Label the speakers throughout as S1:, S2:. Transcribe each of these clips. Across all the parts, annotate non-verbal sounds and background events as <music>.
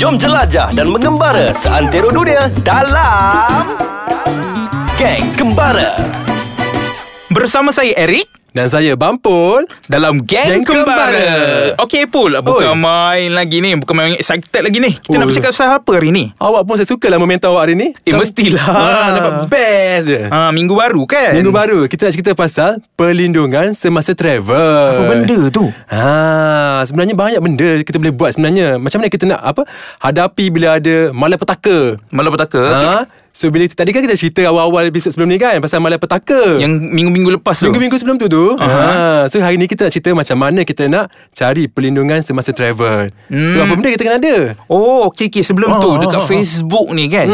S1: Jom jelajah dan mengembara seantero dunia dalam Geng Kembara.
S2: Bersama saya Eric
S3: Dan saya Bampul
S2: dalam Geng,
S3: Geng
S2: Kembara.
S3: Kembara.
S2: Okey Pul, bukan
S3: Oi.
S2: main lagi ni, bukan main excited lagi ni. Kita nak
S3: Oi.
S2: bercakap pasal apa hari ni?
S3: Awak pun saya suka lah momentum awak hari ni
S2: Eh, mestilah.
S3: ah, Nampak best je
S2: Ha, minggu baru kan?
S3: Minggu baru Kita nak cerita pasal Perlindungan semasa travel
S2: Apa benda tu?
S3: Ha, sebenarnya banyak benda kita boleh buat sebenarnya. Macam mana kita nak apa? Hadapi bila ada malapetaka.
S2: Malapetaka. Ha?
S3: Ha? So bila tadi kan kita cerita awal-awal episod sebelum ni kan pasal malapetaka.
S2: Yang minggu-minggu lepas tu.
S3: Minggu-minggu sebelum tu tu ha, So hari ni kita nak cerita Macam mana kita nak Cari perlindungan semasa travel So
S2: Hmm.
S3: apa benda kita kena ada
S2: Oh, okey okey sebelum
S3: Ah,
S2: tu
S3: ah,
S2: dekat
S3: ah, ah.
S2: Facebook ni kan.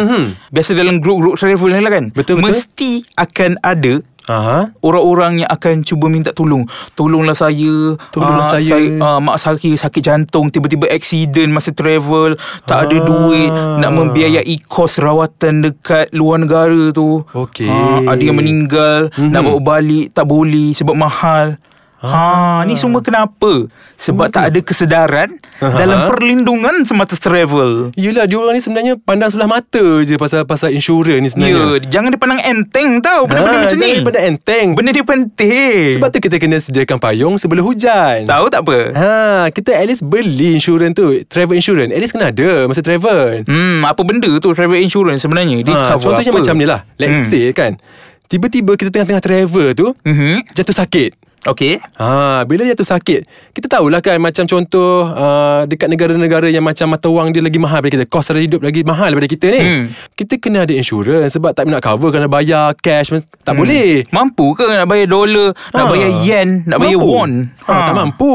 S2: Biasa dalam group-group travel ni lah kan.
S3: Mhm. Betul, betul.
S2: Mesti akan ada
S3: Aha.
S2: orang-orang yang akan cuba minta tolong. Tolonglah saya.
S3: Tolonglah
S2: Ah,
S3: saya.
S2: ah, mak saya sakit jantung, tiba-tiba aksiden masa travel, tak ada
S3: Ah.
S2: duit nak membiayai kos rawatan dekat luar negara tu.
S3: Okey. Mhm.
S2: Ah, ada yang meninggal, mm-hmm. nak bawa balik tak boleh sebab mahal. Ha,
S3: Ah.
S2: ni semua kenapa? Sebab tak ada kesedaran dalam perlindungan semata travel.
S3: Yelah diorang ni sebenarnya Pandang sebelah mata je Pasal pasal insurans ni sebenarnya
S2: Ya, jangan dipandang enteng tau benda-benda
S3: Ah,
S2: macam ni.
S3: jangan daripada enteng
S2: Benda dia penting.
S3: Sebab tu kita kena sediakan payung Sebelum hujan
S2: tahu tak apa?
S3: Ha, kita at least beli insurans tu Travel insurans At least kena ada Masa travel
S2: Hmm, apa benda tu travel insurance sebenarnya? Dia
S3: ha,
S2: cover
S3: Contohnya
S2: apa?
S3: macam ni lah
S2: Hmm.
S3: Let's say kan Tiba-tiba kita tengah-tengah travel tu
S2: Mhm.
S3: Jatuh sakit
S2: Okey.
S3: Ha, bila jatuh sakit Kita tahulah kan Macam contoh uh, Dekat negara-negara yang macam Mata wang dia lagi mahal daripada kita Kos sara hidup lagi mahal daripada kita ni
S2: Hmm.
S3: Kita kena ada insurans Sebab tak nak cover Kena bayar cash men- Tak hmm. boleh
S2: Mampu ke nak bayar dolar, nak
S3: Ha.
S2: bayar yen, nak bayar
S3: Mampu.
S2: won?
S3: ha. Tak mampu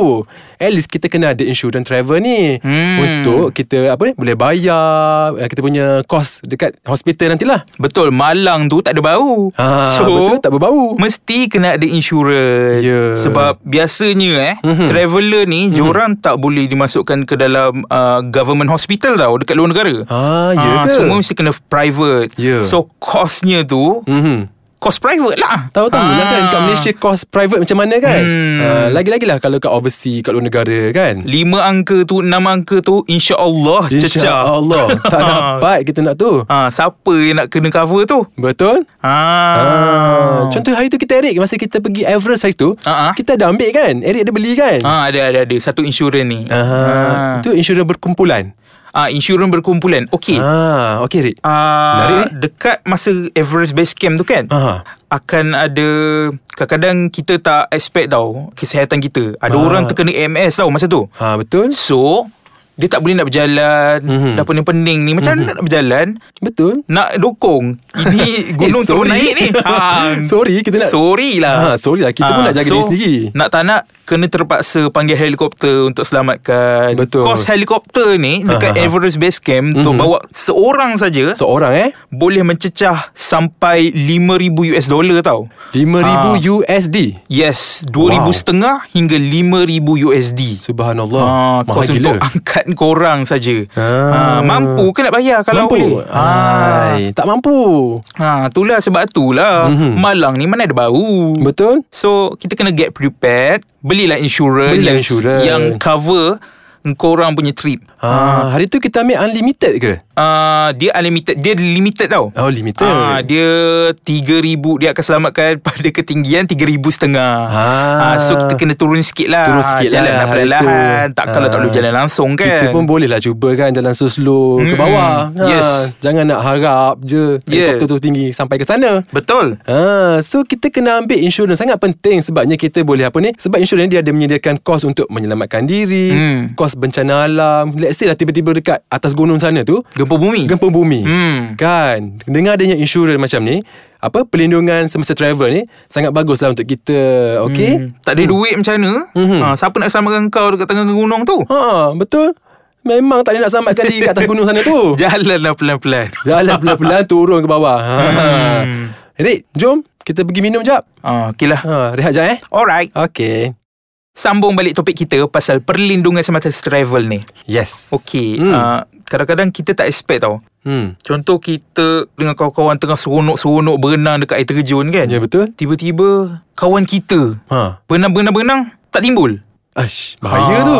S3: At least kita kena ada insurans travel ni
S2: Hmm.
S3: Untuk kita apa ni Boleh bayar eh, Kita punya kos Dekat hospital nantilah
S2: Betul, malang tu tak ada bau.
S3: Ha, betul, tak berbau.
S2: Mesti kena ada insurans.
S3: Ya. Mhm.
S2: Sebab biasanya eh, mm-hmm. traveler ni, mm-hmm. diorang tak boleh dimasukkan ke dalam uh, government hospital tau, dekat luar negara.
S3: Ah, ya
S2: Ah,
S3: ke?
S2: Semua mesti kena private.
S3: Ya.
S2: So, costnya tu,
S3: Mhm.
S2: cost private lah.
S3: Tahu-tahu lah kan Kat
S2: Ah.
S3: Malaysia kos private macam mana kan hmm. uh, Lagi-lagi lah kalau kat overseas Kat luar negara kan
S2: Lima angka tu Enam angka tu InsyaAllah cecah
S3: InsyaAllah
S2: <laughs>
S3: Tak dapat kita nak tu
S2: ha, Siapa yang nak kena cover tu
S3: Betul?
S2: ha.
S3: Ah. Contoh hari tu kita Eric Masa kita pergi Everest hari tu
S2: Ah, ah.
S3: Kita ada ambil kan Eric ada beli kan
S2: ha, Ada ada ada Satu insurans ni
S3: Ah, Itu insurans berkumpulan
S2: ha, Insurans berkumpulan Okey ha.
S3: ah, Okay Eric
S2: Uh,
S3: Menarik ni. Ah.
S2: dekat masa Everest Base Camp tu kan
S3: Aha.
S2: Akan ada Kadang-kadang kita tak expect tau Kesihatan kita Ada
S3: Ah.
S2: orang terkena MS tau masa tu
S3: ah, Betul?
S2: So Dia tak boleh nak berjalan
S3: Mhm.
S2: Dah pening-pening ni Macam mana nak berjalan
S3: Betul
S2: nak dokong ini gunung eh, turun
S3: <laughs> Eh, sorry.
S2: naik ni ha.
S3: Sorry, kita nak-
S2: sorry lah
S3: Ha, sorry lah. Kita pun nak jaga diri sendiri.
S2: nak tak nak kena terpaksa panggil helikopter untuk selamatkan
S3: Betul.
S2: kos helikopter ni dekat
S3: Ha, ha, ha.
S2: Everest Base Camp mm-hmm. untuk bawa seorang saja so,
S3: Seorang eh
S2: boleh mencecah sampai 5000 US dollar tau
S3: 5000
S2: Ah.
S3: USD
S2: yes 2000
S3: Wow.
S2: setengah hingga 5000 USD
S3: Subhanallah
S2: Ha,
S3: Mahal
S2: kos untuk
S3: gila
S2: angkat korang saja. Ha,
S3: Ah.
S2: mampu ke nak bayar <laughs> kalau
S3: Mampu
S2: Ha.
S3: Hai, Tak mampu
S2: Ha, itulah sebab itulah.
S3: Mhm.
S2: Mm-hmm. Malang ni mana ada bau.
S3: Betul?
S2: So, kita kena get prepared. Belilah insurans. yang-
S3: Belilah insurans.
S2: Yang cover korang punya trip.
S3: Ah, hari tu kita ambil unlimited ke?
S2: Uh, dia unlimited. Dia limited tau.
S3: Oh, limited.
S2: Ah, dia 3000 dia akan selamatkan <laughs> pada ketinggian 3500.
S3: Ah.
S2: Ah, so kita kena turun sikit lah.
S3: Turun sikit
S2: jalan
S3: lah hari tu.
S2: perlahan-lahan. Tak kalau tak
S3: Ah.
S2: boleh lah jalan langsung kan.
S3: Kita pun boleh lah cuba kan Jalan slow-slow mm ke
S2: Mm-mm.
S3: bawah ha,
S2: Yes.
S3: Jangan nak harap je
S2: Yeah.
S3: Helikopter tu tinggi Sampai ke sana
S2: Betul.
S3: Ha, so kita kena ambil insurans sangat penting sebabnya kita boleh apa ni sebab insurans dia ada menyediakan kos untuk menyelamatkan diri,
S2: Hmm.
S3: kos bencana alam. Let's say lah tiba-tiba dekat atas gunung sana tu
S2: Gempa bumi.
S3: gempa bumi.
S2: Hmm.
S3: Kan, dengan adanya insurans macam ni, apa perlindungan semasa travel ni sangat baguslah untuk kita, okey?
S2: Tak ada hmm. duit macam mana
S3: Mhm.
S2: hmm. ha, Siapa nak selamatkan kau Dekat tengah gunung tu
S3: Ha, betul. Memang tak ada nak selamatkan diri kat atas gunung sana
S2: <laughs>
S3: tu.
S2: Jalanlah pelan-pelan
S3: Jalan pelan-pelan turun ke bawah. Ha.
S2: Hmm.
S3: Rik, jom kita pergi minum jap.
S2: ha, Okay lah
S3: Ha, rehat jap eh.
S2: Alright
S3: Okey.
S2: Sambung balik topik kita Pasal perlindungan semata travel ni
S3: Yes.
S2: Okay hmm.
S3: Hmm.
S2: uh, Kadang-kadang kita tak expect tau
S3: Hmm.
S2: Contoh kita Dengan kawan-kawan tengah seronok-seronok Berenang dekat air terjun kan
S3: Ya betul.
S2: Tiba-tiba Kawan kita
S3: Ha.
S2: Berenang-berenang-berenang Tak timbul
S3: Ash,
S2: Ah.
S3: bahaya tu.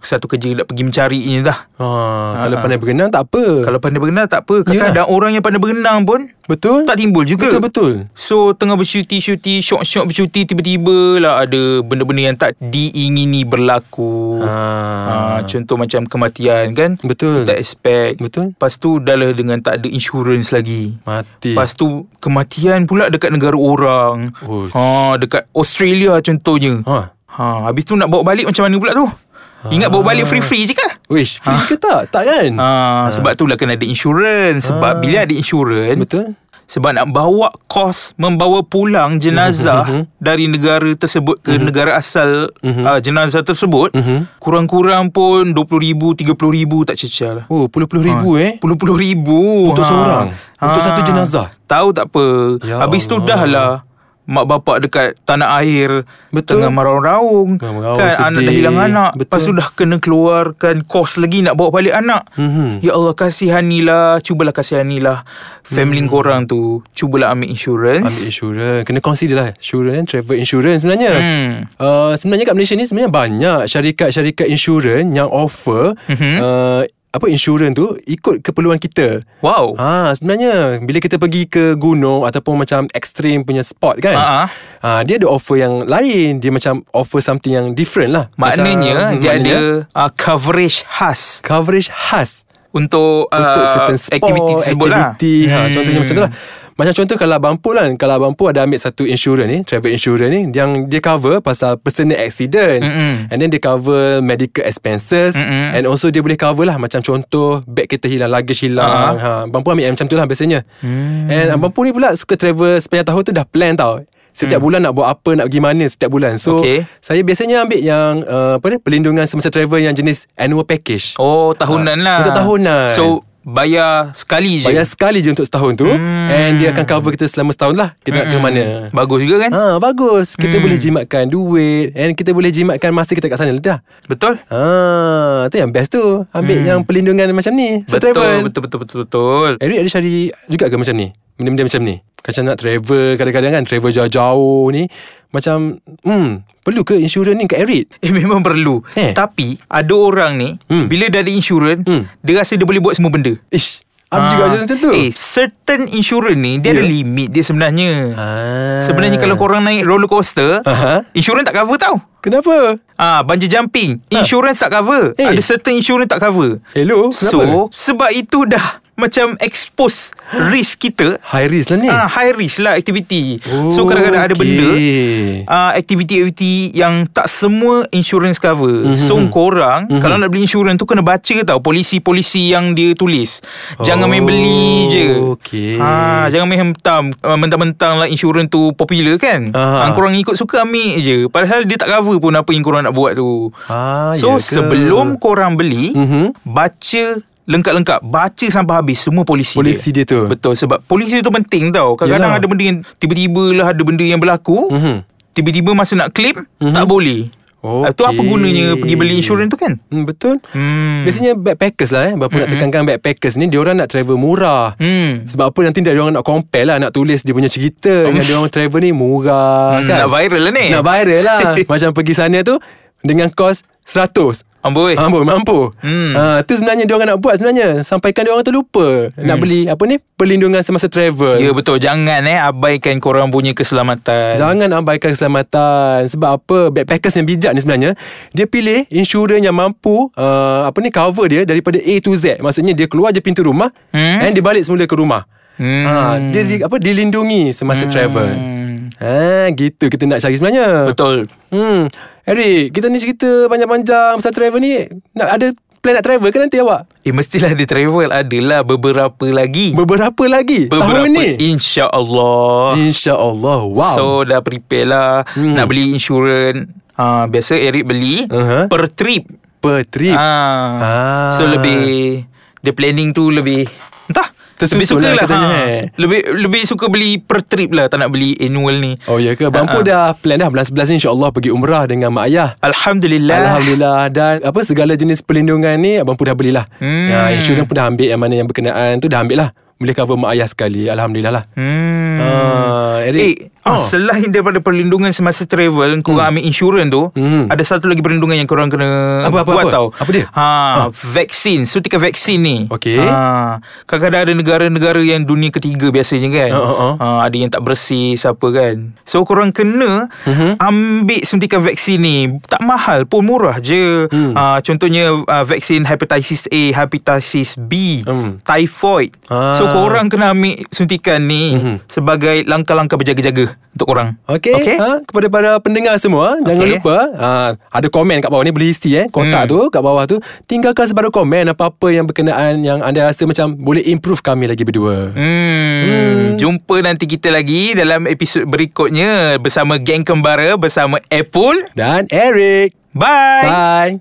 S2: Satu kerja nak pergi mencarinya dah
S3: Ha, kalau
S2: Ha.
S3: pandai berenang tak apa.
S2: Kalau pandai berenang tak apa Kadang-kadang
S3: Yelah.
S2: ada orang yang pandai berenang pun
S3: betul?
S2: Tak timbul juga
S3: Ya. Betul betul.
S2: So tengah bercuti-cuti Syok-syok bercuti Tiba-tiba lah ada Benda-benda yang tak diingini berlaku
S3: Ha.
S2: Ah, Contoh macam kematian kan
S3: Betul.
S2: Tak expect
S3: Betul.
S2: Lepas tu dah lah dengan tak ada insurans lagi
S3: Mati.
S2: Lepas tu kematian pula dekat negara orang
S3: Oh.
S2: ha, Dekat Australia contohnya ha.
S3: Ha.
S2: Habis tu nak bawa balik macam mana pula tu Ingat bawa
S3: Ah.
S2: balik free-free je kah?
S3: Wish,
S2: Ah.
S3: free ke tak? Tak kan?
S2: Ha, sebab tu lah kena ada insurans Sebab
S3: Ah.
S2: bila ada insurans
S3: Betul?
S2: sebab nak bawa kos membawa pulang jenazah dari negara tersebut ke negara asal uh, jenazah tersebut
S3: Mhm.
S2: kurang-kurang pun 20,000 30,000 tak cecal lah.
S3: Oh, puluh-puluh ribu eh.
S2: Puluh-puluh ribu Ha.
S3: Untuk seorang? Untuk satu jenazah?
S2: Tahu tak apa
S3: Ya
S2: Habis tu
S3: Allah.
S2: dah lah Mak bapak dekat tanah air
S3: Betul.
S2: Tengah maraung-raung
S3: Tengah meraung,
S2: Kan anak dah
S3: sedih.
S2: hilang anak
S3: Betul.
S2: Lepas tu dah kena keluarkan kos lagi Nak bawa balik anak
S3: Mhm.
S2: Ya Allah kasihanilah Cubalah kasihanilah Family korang tu Cubalah ambil insurans
S3: Hmm. Ambil insurans Kena consider lah Insurans Travel insurance sebenarnya
S2: Hmm.
S3: uh, Sebenarnya kat Malaysia ni Sebenarnya banyak Syarikat-syarikat insurans Yang offer
S2: Mhm.
S3: uh, Apa insurans tu Ikut keperluan kita
S2: Wow
S3: Ha, sebenarnya bila kita pergi ke gunung ataupun macam ekstrim punya spot kan.
S2: Ha-ha.
S3: Ha, dia ada offer yang lain, dia macam offer something yang different lah.
S2: Maknanya
S3: macam,
S2: dia
S3: maknanya
S2: ada uh, coverage khas
S3: coverage khas
S2: untuk, uh,
S3: untuk certain sport,
S2: aktiviti tersebut
S3: aktiviti.
S2: lah.
S3: Ha, contohnya macam tu lah. Macam contoh kalau Abang Pul kan, kalau Abang Pul ada ambil satu insurans ni, travel insurans ni yang dia cover pasal personal accident
S2: Mm-mm.
S3: and then dia cover medical expenses
S2: Mm-mm.
S3: and also dia boleh cover lah macam contoh beg kita hilang,
S2: Ah.
S3: luggage hilang. Ha, Abang Pul ambil yang macam tu lah biasanya.
S2: Hmm.
S3: And Abang Pul ni pula suka travel sepanjang tahun tu dah plan tau. Setiap bulan nak buat apa, nak pergi mana setiap bulan.
S2: Hmm.
S3: So,
S2: Okay.
S3: saya biasanya ambil yang uh, apa ni, perlindungan semasa travel yang jenis annual package.
S2: Oh tahunan
S3: Ha,
S2: lah
S3: untuk tahunan.
S2: So bayar sekali je
S3: Bayar sekali je untuk setahun tu hmm. And dia akan cover kita selama setahun lah Kita hmm. nak ke mana
S2: Bagus juga kan ha.
S3: Ha bagus Kita hmm. boleh jimatkan duit And kita boleh jimatkan masa kita kat sana Dah
S2: Betul
S3: Ha tu yang best tu Ambil hmm. yang perlindungan macam ni so
S2: betul,
S3: travel.
S2: betul betul betul betul
S3: Eric ada cari juga ke macam ni Benda-benda macam ni Macam nak travel Kadang-kadang kan travel jauh-jauh ni Macam Hmm Perlu ke insurans ni kat Eric
S2: Eh <laughs> memang perlu
S3: Eh.
S2: Tapi Ada orang ni
S3: Hmm.
S2: Bila dah ada insurans
S3: Hmm.
S2: Dia rasa dia boleh buat semua benda
S3: Ish Ada
S2: Ah.
S3: juga macam tu
S2: Eh certain insurans ni Dia
S3: Ya.
S2: ada limit dia sebenarnya
S3: Ah.
S2: Sebenarnya kalau korang naik roller coaster
S3: Aha.
S2: Insurans tak cover tau
S3: Kenapa?
S2: Ah, bungee jumping Insurans tak cover
S3: Eh.
S2: Ada certain insurans tak cover
S3: Hello
S2: So Sebab itu dah Macam expose Risk kita
S3: High risk lah ni
S2: Ah, high risk lah aktiviti.
S3: Oh,
S2: so kadang-kadang ada benda
S3: Okey.
S2: uh, aktiviti-aktiviti yang tak semua insurance
S3: Mhm,
S2: cover. Mm-hmm. So korang mm-hmm. kalau nak beli insurance tu kena baca tau polisi-polisi yang dia tulis. Jangan main beli je.
S3: okey.
S2: Ha, jangan main hentam uh, mentang-mentang lah insurance tu popular kan.
S3: Ah.
S2: Ha. korang ikut suka ambil je. Padahal dia tak cover pun apa yang korang nak buat tu.
S3: Ah, ya
S2: so
S3: ke?
S2: sebelum korang beli,
S3: Mhm.
S2: mm-hmm. baca lengkap-lengkap baca sampai habis semua polisi
S3: Polisi dia tu.
S2: betul sebab polisi tu penting tau kadang-kadang
S3: Yalah.
S2: ada benda yang tiba-tiba lah ada benda yang berlaku
S3: Mhm.
S2: Tiba-tiba masa nak claim mm-hmm. Tak boleh
S3: Okey.
S2: Itu apa gunanya Pergi beli insurans tu kan
S3: Hmm, betul.
S2: Hmm.
S3: Biasanya backpackers lah eh. Bapa nak tekankan backpackers ni diorang nak travel murah.
S2: Hmm.
S3: Sebab apa nanti dia orang nak compare lah nak tulis dia punya cerita dengan dia orang travel ni murah
S2: Oh. Hmm,
S3: kan.
S2: nak viral lah ni.
S3: Nak viral
S2: <laughs>
S3: lah. Macam pergi sana tu dengan kos 100.
S2: Amboi
S3: Ah, Mampu mampu
S2: Eh.
S3: hmm.
S2: Hmm.
S3: ha, Tu sebenarnya dia orang nak buat sebenarnya Sampaikan dia orang tu lupa hmm. Nak beli apa ni Perlindungan semasa travel
S2: Ya betul Jangan eh Abaikan korang punya keselamatan
S3: Jangan abaikan keselamatan Sebab apa Backpackers yang bijak ni sebenarnya Dia pilih insurans yang mampu uh, Apa ni cover dia Daripada A to Z Maksudnya dia keluar je pintu rumah hmm?
S2: Hmm.
S3: And dia balik semula ke rumah
S2: Hmm.
S3: ha, Dia di, apa dilindungi semasa hmm. travel ha, Gitu kita nak cari sebenarnya
S2: Betul
S3: Hmm Eric Kita ni cerita panjang-panjang Pasal travel ni nak Ada plan nak travel ke nanti awak?
S2: Eh mestilah dia travel Adalah beberapa lagi
S3: Beberapa lagi
S2: Beberapa
S3: Tahun ni
S2: InsyaAllah
S3: InsyaAllah Wow Hmm.
S2: So dah prepare lah Nak beli insurans ha, Biasa Eric beli
S3: Aha.
S2: Per trip
S3: Per trip
S2: ha.
S3: Ah.
S2: So lebih Dia planning tu lebih Entah
S3: Tersusun
S2: lebih suka
S3: lah
S2: lah,
S3: katanya,
S2: ha.
S3: eh.
S2: Lebih lebih suka beli per trip lah Tak nak beli annual ni
S3: Oh ya ke? Bang Pul dah plan dah bulan 11 ni insyaAllah pergi umrah dengan mak ayah.
S2: Alhamdulillah
S3: Alhamdulillah dan apa segala jenis perlindungan ni abang pun dah belilah. Hmm.
S2: Hmm.
S3: Ya, insurans pun dah ambil yang mana yang berkenaan tu dah ambil lah. boleh cover mak ayah sekali Alhamdulillah lah
S2: Hmm.
S3: Ah,
S2: Eh,
S3: Eric
S2: ah, selain daripada perlindungan semasa travel, korang ambil insurans tu,
S3: Hmm.
S2: ada satu lagi perlindungan yang korang kena
S3: Apa, apa,
S2: buat
S3: apa?
S2: tau.
S3: Apa dia?
S2: Ha,
S3: Ah.
S2: vaksin, suntikan vaksin ni.
S3: Okey.
S2: Ha, kadang-kadang ada negara-negara yang dunia ketiga biasanya kan.
S3: Ah, ah, ah.
S2: Ha, ada yang tak bersih siapa kan. So korang kena
S3: Mhm.
S2: ambil suntikan vaksin ni. Tak mahal pun murah je.
S3: Hmm.
S2: Ha, contohnya ah, vaksin hepatitis A, hepatitis B,
S3: Hmm.
S2: typhoid. So
S3: Ah.
S2: korang kena ambil suntikan ni
S3: Mhm.
S2: sebagai langkah-langkah berjaga-jaga untuk korang.
S3: Okey,
S2: Okey.
S3: okay. ha, kepada para pendengar semua, okay. jangan
S2: Okey.
S3: lupa ha, ada komen kat bawah ni boleh isi eh, kotak
S2: Hmm.
S3: hmm. tu kat bawah tu. Tinggalkan sebarang komen apa-apa yang berkenaan yang anda rasa macam boleh improve kami lagi berdua.
S2: Hmm. Jumpa nanti kita lagi dalam episod berikutnya bersama geng kembara bersama Apple.
S3: Dan Eric,
S2: Bye.
S3: bye.